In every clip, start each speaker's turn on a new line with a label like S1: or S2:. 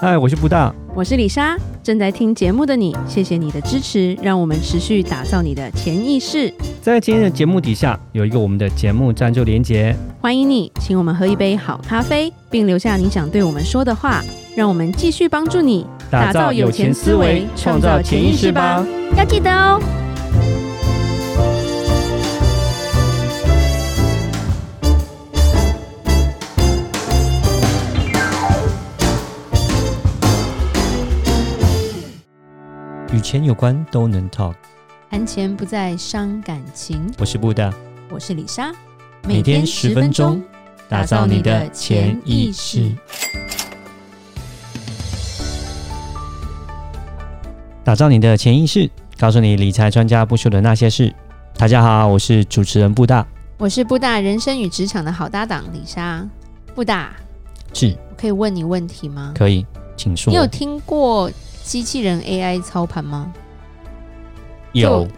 S1: 嗨，我是布大，
S2: 我是李莎，正在听节目的你，谢谢你的支持，让我们持续打造你的潜意识。
S1: 在今天的节目底下有一个我们的节目赞助连结，
S2: 欢迎你，请我们喝一杯好咖啡，并留下你想对我们说的话，让我们继续帮助你。打造有钱思维创造潜意识吧！
S3: 要记得哦。
S4: 与钱有关都能 talk。
S2: 谈钱不再伤感情，
S4: 我是布大，
S2: 我是李莎，
S4: 每天十分钟，打造你的潜意识。打造你的潜意识，告诉你理财专家不说的那些事。大家好，我是主持人布大，
S2: 我是布大人生与职场的好搭档李莎。布大，
S4: 是
S2: 我可以问你问题吗？
S4: 可以，请说。
S2: 你有听过机器人 AI 操盘吗？
S4: 有
S2: 就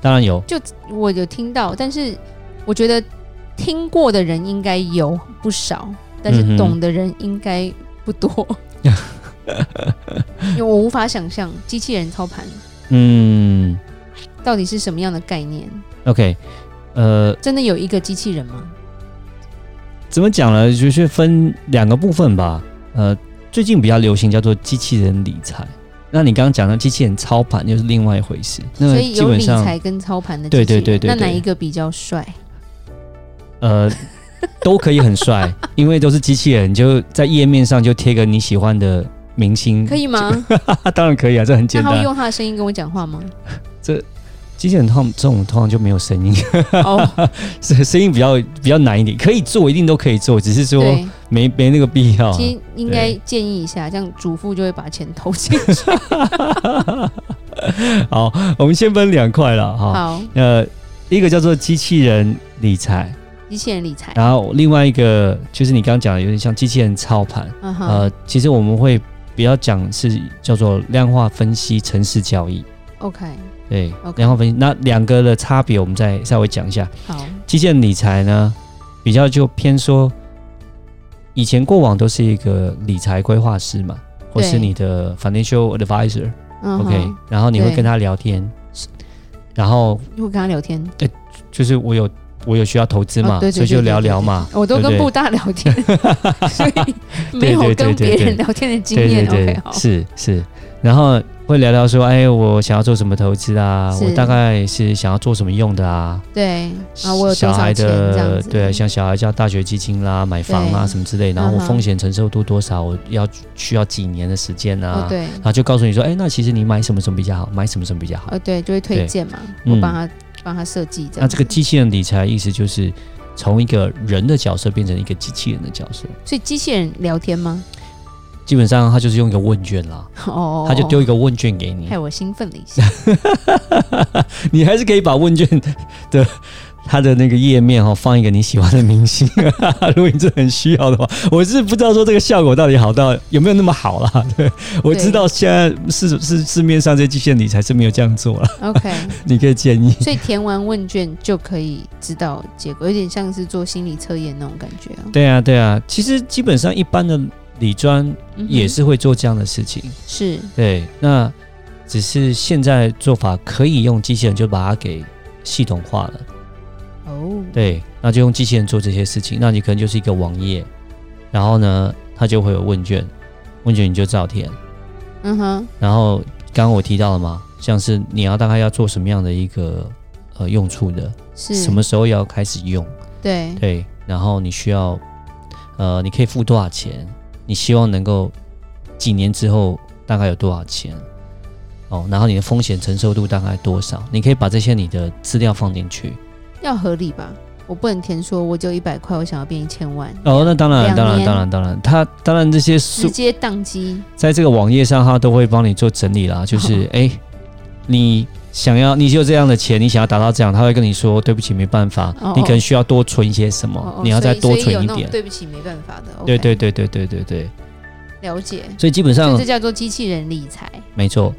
S4: 当然有，
S2: 我有听到，但是我觉得听过的人应该有不少，但
S4: 嗯
S2: 是
S4: 哼
S2: 懂的人应该 不多。因为我无法想象机器人操盘
S4: 嗯
S2: 到底是什么样的概念。
S4: ，OK，呃，
S2: 真的有一个机器人吗？
S4: 怎么讲呢？就是分两个部分吧。呃，最近比较流行叫做机器人理财。那你刚刚讲到机器人操盘又是另外一回事，那
S2: 所
S4: 个
S2: 以
S4: 基
S2: 有
S4: 本
S2: 理
S4: 上
S2: 财跟操盘的机器
S4: 对
S2: 人，
S4: 对对对
S2: 那
S4: 对
S2: 哪一个比较帅？
S4: 呃，都可以很帅，因为都是机器人，就在页面上就贴个你喜欢的明星，
S2: 可以吗？
S4: 啊， 当然可以啊，这很
S2: 那
S4: 简
S2: 他会
S4: 单。
S2: 用他的声音跟我讲 话吗？
S4: 机器人通这种通常就没有声音，
S2: 哦，
S4: 声声音比较比较难一点，可以做，一定都可以做，只是说
S2: 对，
S4: 没没那个必要啊。
S2: 其实应该建议一下，这样主妇就会把钱投进去。
S4: 好，我们先分两块了哈。
S2: 好，
S4: 呃，一个叫做机器人理财，
S2: 机器人理财，
S4: 然后另外一个就是你刚刚讲的，有点像机器人操盘。
S2: 嗯哼，
S4: 呃，其实我们会比较讲是叫做量化分析、城市交易。
S2: OK，
S4: 对
S2: OK
S4: 量化分析。那两个的差别，我们再稍微讲一下。
S2: 好，
S4: 基建理财呢，比较就偏说，以前过往都是一个理财规划师嘛，或是
S2: 对
S4: 你的 financial advisor，OK，、
S2: 嗯
S4: OK，
S2: 哼，
S4: 然后你会
S2: 对
S4: 跟他聊天，然后
S2: 我跟他聊天，
S4: 就是我有我有需要投资嘛，
S2: 哦对对
S4: 所以就
S2: 对对
S4: 聊
S2: 对
S4: 聊
S2: 对
S4: 嘛，
S2: 我都
S4: 对
S2: 跟
S4: 不
S2: 布大聊 天，所以没有
S4: 对对对对
S2: 跟别人
S4: 对
S2: 聊天的经
S4: 对对
S2: 验。
S4: 对
S2: OK，好，
S4: 是是，然后会聊聊说，哎，我想要做什么投资啊，我
S2: 是
S4: 大概是想要做什么用的啊，
S2: 对，啊，我有多
S4: 小
S2: 少
S4: 孩
S2: 钱这样
S4: 的
S2: 子？
S4: 对，像小孩叫大学基金啦、买房啦
S2: 对
S4: 什么之类，然后我
S2: 嗯哼
S4: 风险承受度多少，我要需要几年的时间啊
S2: 哦，，对，
S4: 然后就告诉你说，哎，那其实你买什么什么比较好，买什么什么比较好
S2: 哦。对，就会推
S4: 对
S2: 荐嘛，
S4: 嗯
S2: 我帮他帮他设计这
S4: 那
S2: 样。
S4: 这个，机器人理财意思就是从一个人的角色变成一个机器人的角色，
S2: 所以机器人聊 天吗？
S4: 基本上他就是用一个问卷啦，
S2: 哦，
S4: 他就丢一个问卷给你
S2: 害，我兴奋了一下。
S4: 你还是可以把问卷的他的那个页面哈、哦、放一个你喜欢的明星， 如果你真的很需要的话，我是不知道说这个效果到底好到有没有那么好啦。 对，我
S2: 对
S4: 知道现在市市市面上这些极限理财是没有这样做了，
S2: OK，
S4: 你可以建议。
S2: 所以填完问卷就可以知道结果，有点像是做心理测验那种感觉啊。
S4: 对啊，对啊，其实基本上一般的理专
S2: 嗯哼
S4: 也是会做这样的事情。
S2: 是
S4: 对，那只是现在做法可以用机器人就把它给系统化了。
S2: 哦，
S4: 对，那就用机器人做这些事情。那你可能就是一个网页，然后呢，它就会有问卷，问卷你就照填。
S2: 嗯哼，
S4: 然后刚刚我提到了嘛，像是你要大概要做什么样的一个呃用处的，
S2: 是
S4: 什么？时候要开始用，
S2: 对，
S4: 对，然后你需要呃，你可以付多少钱，你希望能够几年之后大概有多少钱。哦，然后你的风险承受度大概多少？你可以把这些你的资料放进去。
S2: 要合理吧？我不能填说我就一百块，我想要变一千万，
S4: 哦，那当然，
S2: 两
S4: 当然，
S2: 年
S4: 当然，当然，它当然这些数
S2: 直接宕机。
S4: 在这个网页上，它都会帮你做整理 啦。就是哎、诶你想要，你就这样的钱，你想要达到这样，他会跟你说对不起，没办法，
S2: 哦
S4: 你可能需要多存一些什么，
S2: 哦哦
S4: 你要再
S2: 所
S4: 多
S2: 以所以有
S4: 存一
S2: 那种
S4: 点。
S2: 对不起，没办法的。OK，
S4: 对对对对对对对，
S2: 了解。
S4: 所以基本
S2: 所以
S4: 上
S2: 这叫做机器人理财。
S4: 没错，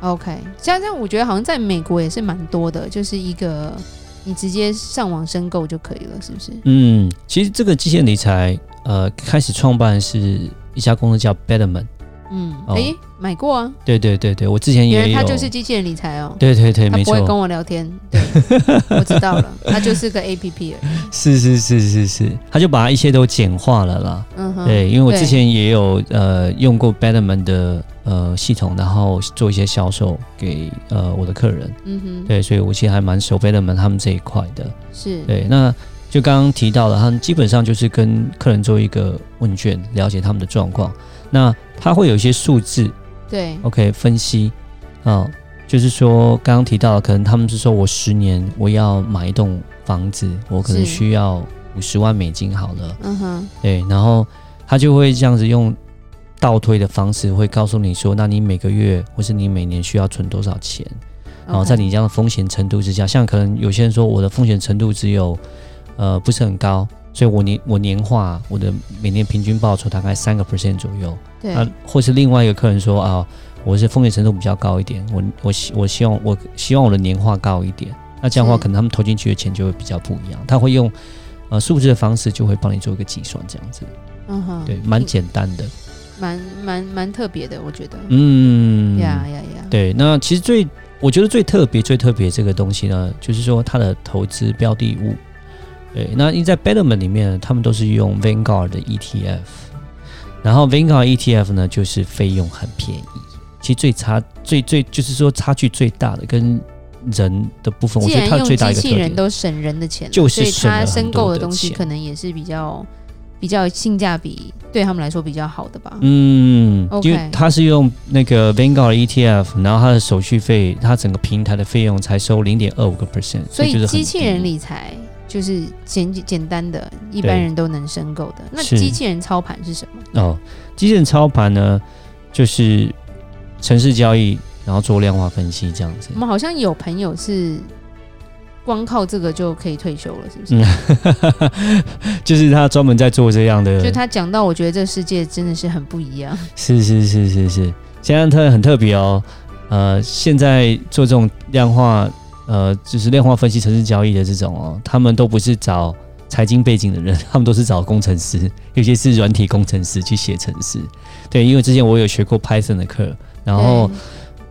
S2: OK，像这样我觉得好像在美国也是蛮多的，就是一个你直接上网申购就可以了，是不是？
S4: 嗯，其实这个机械理财，呃，开始创办是一家公司叫 Betterment，
S2: 嗯，
S4: 哦
S2: 诶，买过啊，
S4: 对对对对，我之前
S2: 原
S4: 也
S2: 来
S4: 有
S2: 他，就是机器人理财哦，
S4: 对对对，
S2: 他
S4: 没
S2: 不会跟
S4: 错，
S2: 我聊天， 对，我知道了，他就是个 A P P 而已，
S4: 是是是是是，他就把一切都简化了啦。
S2: 嗯哼，
S4: 对，因为我之
S2: 对
S4: 前也有呃用过 Betterman 的呃系统，然后做一些销售给呃我的客人，
S2: 嗯哼，
S4: 对，所以我其实还蛮熟 Betterman 他们这一块的。
S2: 是，
S4: 对，那就刚刚提到了，他们基本上就是跟客人做一个问卷，了解他们的状况。那他会有一些数字
S2: 对，
S4: ，OK，分析啊、就是说刚刚提到了，可能他们是说我十年我要买一栋房子，我可能
S2: 是
S4: 需要五十万美金好了。
S2: 嗯哼，
S4: 对，然后他就会这样子用倒推的方式，会告诉你说，那你每个月或是你每年需要存多少钱，然后
S2: OK
S4: 哦在你这样的风险程度之下，像可能有些人说我的风险程度只有呃不是很高，所以我年我年化我的每年平均报酬大概三个 percent 左右，
S2: 对，
S4: 啊，或是另外一个客人说啊，我是风险程度比较高一点，我我希我希望我希望我的年化高一点，那这样的话
S2: 是
S4: 可能他们投进去的钱就会比较不一样，他会用。呃，数字的方式就会帮你做一个计算，这样子。
S2: 嗯哼，嗯
S4: 对，蛮简单的。
S2: 蛮蛮蛮特别的，我觉得，
S4: 嗯，
S2: 呀呀呀，
S4: 对。那其实最，我觉得最特别、最特别这个东西呢，就是说它的投资标的物。对，那因为在 Betterment 里面，他们都是用 Vanguard 的 ETF，然后 Vanguard ETF 呢，就是费用很便宜。其实最差、最最就是说差距最大的跟人的部分，我
S2: 既
S4: 觉得
S2: 然
S4: 它的
S2: 用
S4: 最大
S2: 机
S4: 一个特
S2: 器人
S4: 点。
S2: 都省人的钱了，
S4: 就是
S2: 所以
S4: 省了
S2: 他
S4: 很
S2: 申
S4: 多
S2: 购
S4: 的
S2: 东西
S4: 钱
S2: 可能也是比较比较性价比，对他们来说比较好的吧。
S4: 嗯，
S2: OK
S4: 因为它是用那个 Vanguard ETF，然后它的手续费，它整个平台的费用才收零点二五个 percent，就
S2: 所以
S4: 是很
S2: 机器人
S4: 低
S2: 理财就是简简单的，一般
S4: 对
S2: 人都能申购的。那
S4: 是
S2: 机器人操盘是什么？
S4: 哦，机器人操盘呢，就是城市交易，然后做量化分析这样子
S2: 我。们好像有朋友是光靠这个就可以退休了，是不是？
S4: 嗯， 就是他专门在做这样的
S2: 就，他讲到，我觉得这世界真的是很不一样。
S4: 是是是是是，现在他很特别哦，呃，现在做这种量化，呃，就是量化分析、城市交易的这种哦，他们都不是找财经背景的人， 他们都是找工程师，有些是软体工程师去写程式。对，因为之前我有学过 Python 的课，然后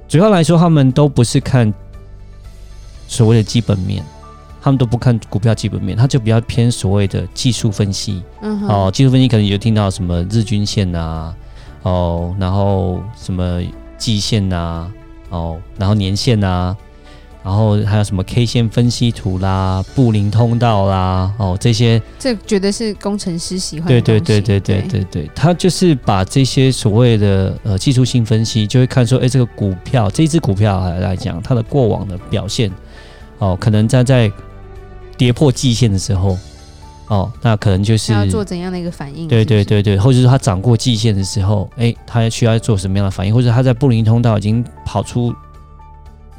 S4: 主要来说，他们都不是看所谓的基本面。他们都不看股票基本面，他就比较偏所谓的技术分析，
S2: 对，嗯哼，
S4: 哦，技术分析可能有听到什么日均线啊，哦，然后什么季线啊，哦，然后年线啊，然后还有什么 K 线分析图啦、布林通道啦，哦，这些，
S2: 这绝对是工程师喜欢
S4: 对
S2: 的
S4: 对
S2: 东
S4: 对
S2: 西
S4: 对对
S2: 对
S4: 对对，他就是把这些所谓的呃技术性分析，就会看说，哎，这个股票这一只股票呃来来讲，它的过往的表现，哦，可能在在跌破季线的时候，哦，那可能就是
S2: 他要做怎样的一个反应？
S4: 对
S2: 是不
S4: 对
S2: 是，
S4: 对对，或者是他涨过季线的时候，哎，他需要做什么样的反应，或者他在布林通道已经跑出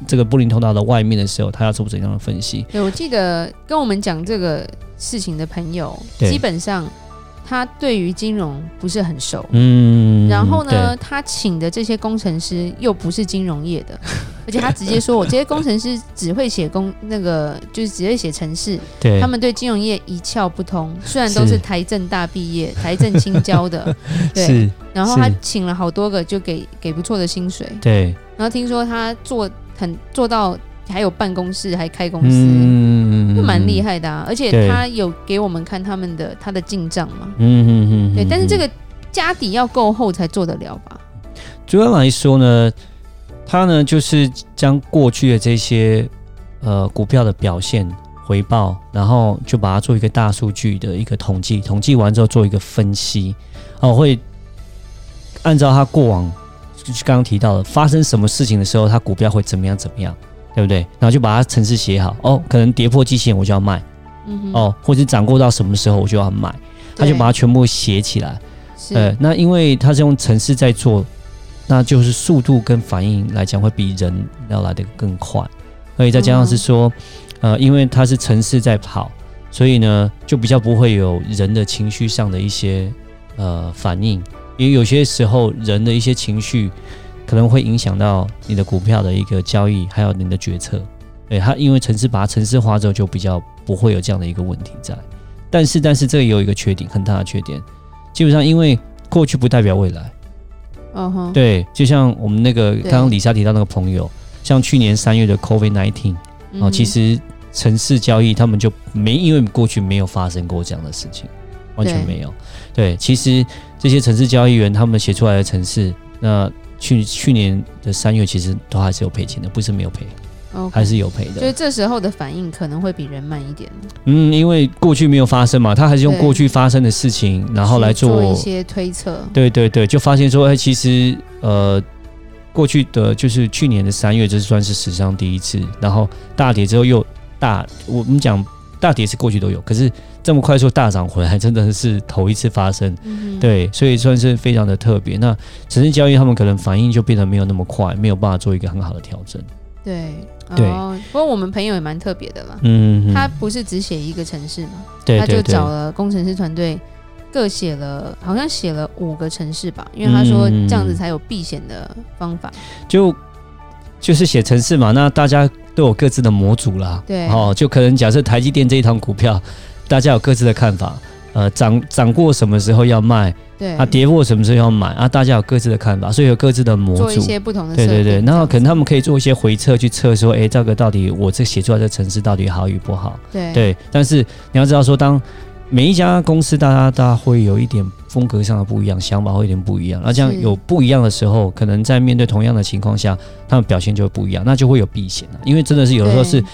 S4: 这个布林通道的外面的时候，他要做怎样的分析？
S2: 对，我记得跟我们讲这个事情的朋友，
S4: 对
S2: 基本上他对于金融不是很熟。
S4: 嗯，
S2: 然后呢，他请的这些工程师又不是金融业的， 而且他直接说，我这些工程师只会写工 那个，就是只会写程式，
S4: 对？对，
S2: 他们对金融业一窍不通。虽然都是
S4: 是
S2: 台政大毕业，台政青 交的，对。
S4: 是，
S2: 然后他
S4: 是
S2: 请了好多个，就给给不错的薪水。
S4: 对，
S2: 然后听说他做很做到还有办公室，还开公司，
S4: 嗯
S2: 就蛮厉
S4: 害，
S2: 害的啊，而且
S4: 对
S2: 他有给我们看他们的他的进账嘛，
S4: 嗯嗯嗯，
S2: 对，
S4: 嗯
S2: 但是
S4: 嗯
S2: 这个家底要够厚才做得了吧？
S4: 主要来说呢，它呢就是将过去的这些呃股票的表现回报，然后就把它做一个大数据的一个统计，统计完之后做一个分析，哦，会按照它过往就是刚刚提到的发生什么事情的时候，它股票会怎么样怎么样，对不对？然后就把它程式写好，哦，可能跌破季线我就要卖，
S2: 嗯哼，
S4: 哦，或者涨过到什么时候我就要买，它就
S2: 对
S4: 把它全部写起来。
S2: 是，
S4: 呃，那因为它是用程式在做，那就是速度跟反应来讲会比人要来的更快，而且再加上是说，呃，因为它是程式在跑，所以呢就比较不会有人的情绪上的一些呃反应，因为有些时候人的一些情绪可能会影响到你的股票的一个交易，还有你的决策。对它，因为城市把它城市化之后，就比较不会有这样的一个问题在。但是，但是这个也有一个缺点，很大的缺点，基本上因为过去不代表未来，
S2: 嗯哼，
S4: 对，就像我们那个
S2: 对
S4: 刚刚李莎提到那个朋友，像去年三月的 COVID nineteen
S2: 嗯
S4: 哦，
S2: 哼
S4: 其实城市交易他们就没，因为过去没有发生过这样的事情，完全
S2: 对
S4: 没有。对，其实这些城市交易员他们写出来的城市，那去去年的三月其实都还是有赔钱的，不是没有赔，
S2: OK
S4: 还是有赔
S2: 所以
S4: 的。
S2: 这时候的反应可能会比人慢一点，
S4: 嗯，因为过去没有发生嘛，他还是用
S2: 对
S4: 过去发生的事情，然后来
S2: 去做
S4: 做
S2: 一些推测。
S4: 对对对，就发现说，哎、其实呃，过去的就是去年的三月，这算是史上第一次，然后大跌之后又大，我们讲大跌是过去都有，可是这么快速大涨回来，真的是头一次发生。
S2: 嗯哼，
S4: 对，所以算是非常的特别。那城市交易他们可能反应就变得没有那么快，没有办法做一个很好的调整。
S2: 对
S4: 对
S2: 哦不过我们朋友也蛮特别的啦，
S4: 嗯，
S2: 他不是只写一个城市嘛，
S4: 对
S2: 他就
S4: 对对
S2: 找了工程师团队。各写了，好像写了五个城市吧，因为他说
S4: 嗯
S2: 这样子才有避险的方法。
S4: 就就是写城市嘛，那大家都有各自的模组啦。
S2: 对
S4: 哦，就可能假设台积电这一档股票，大家有各自的看法。呃，涨涨过什么时候要卖
S2: 对，
S4: 啊？跌破什么时候要买啊？大家有各自的看法，所以有各自的模
S2: 做一
S4: 组。
S2: 些不同的
S4: 对对对，
S2: 那
S4: 那可能他们可以做一些回测，去测说，诶，这个到底我这写出来的城市到底好与不好？
S2: 对
S4: 对，但是你要知道说，当每一家公司大家大家会有一点风格上的不一样，想法会有点不一样。那这样
S2: 是
S4: 有不一样的时候，可能在面对同样的情况下，他们表现就会不一样，那就会有避险了。因为真的是有的时候是
S2: 对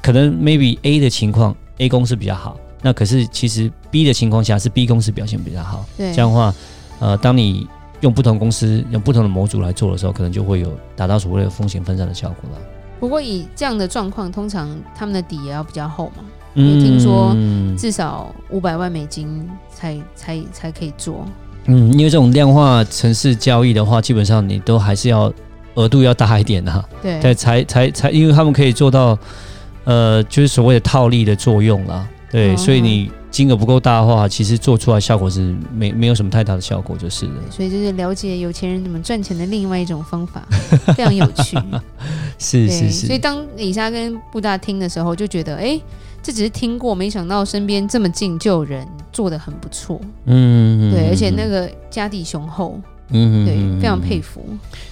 S4: 可能 maybe A 的情况，A 公司比较好，那可是其实 B 的情况下是 B 公司表现比较好。
S2: 对
S4: 这样的话，呃，当你用不同公司用不同的模组来做的时候，可能就会有达到所谓的风险分散的效果了。
S2: 不过以这样的状况，通常他们的底也要比较厚嘛，为听说
S4: 嗯
S2: 至少五百万美金才才才可以做。
S4: 嗯，因为这种量化城市交易的话，基本上你都还是要额度要大一点啊，
S2: 对
S4: 对，才才才，因为他们可以做到，呃，就是所谓的套利的作用啦，对，
S2: 嗯
S4: 所以你金额不够大的话，其实做出来效果是没没有什么太大的效果，就是了。
S2: 所以就是了解有钱人怎么赚钱的另外一种方法，非常有 趣。
S4: 是
S2: 对，
S4: 是
S2: 所以
S4: 是，
S2: 当李莎跟布大听的时候，就觉得哎、这只是听过，没想到身边这么近就有人做的很不错。
S4: 嗯
S2: 对，而且那
S4: 个，
S2: 个家底雄厚，
S4: 嗯
S2: 对，非常佩
S4: 服。
S2: 服。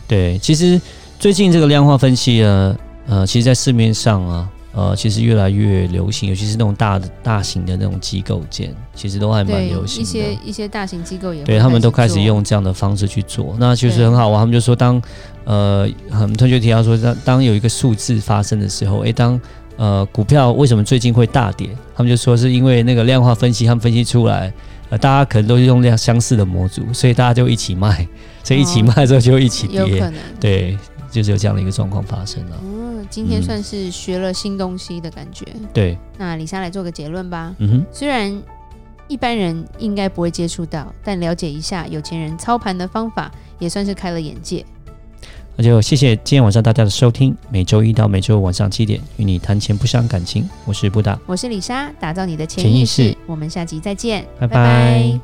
S4: 对，其实最近这个量化分析呢，呃，其实，在市面上啊，呃，其实越来越流行，尤其是那种大的大型的那种机构间，其实都还蛮
S2: 对，
S4: 流行的。
S2: 一些一些大型机构也会
S4: 对他们都开始
S2: 做
S4: 用这样的方式去做，那其实
S2: 对
S4: 很好玩。他们就说当，呃，很同学提到说，当当有一个数字发生的时候，诶，当呃股票为什么最近会大跌？他们就说是因为那个量化分析，他们分析出来，呃，大家可能都是用量相似的模组，所以大家就一起卖，所以一起
S2: 哦
S4: 卖之后就一起跌，
S2: 有可能。
S4: 对，就是有这样的一个状况发生了。
S2: 嗯，今天
S4: 嗯
S2: 算是学了新东西的感觉。
S4: 对，
S2: 那李莎来做个结论吧。
S4: 嗯哼，
S2: 虽然一般人应该不会接触到，但了解一下有钱人操盘的方法，也算是开了眼界。
S4: 那就谢谢今天晚上大家的收听，每周一到每周五晚上七点，与你谈钱不伤感情，我是布达，
S2: 我是李莎，打造你的潜
S4: 潜意
S2: 意识。
S4: 识
S2: 我们下集再见，
S4: 拜拜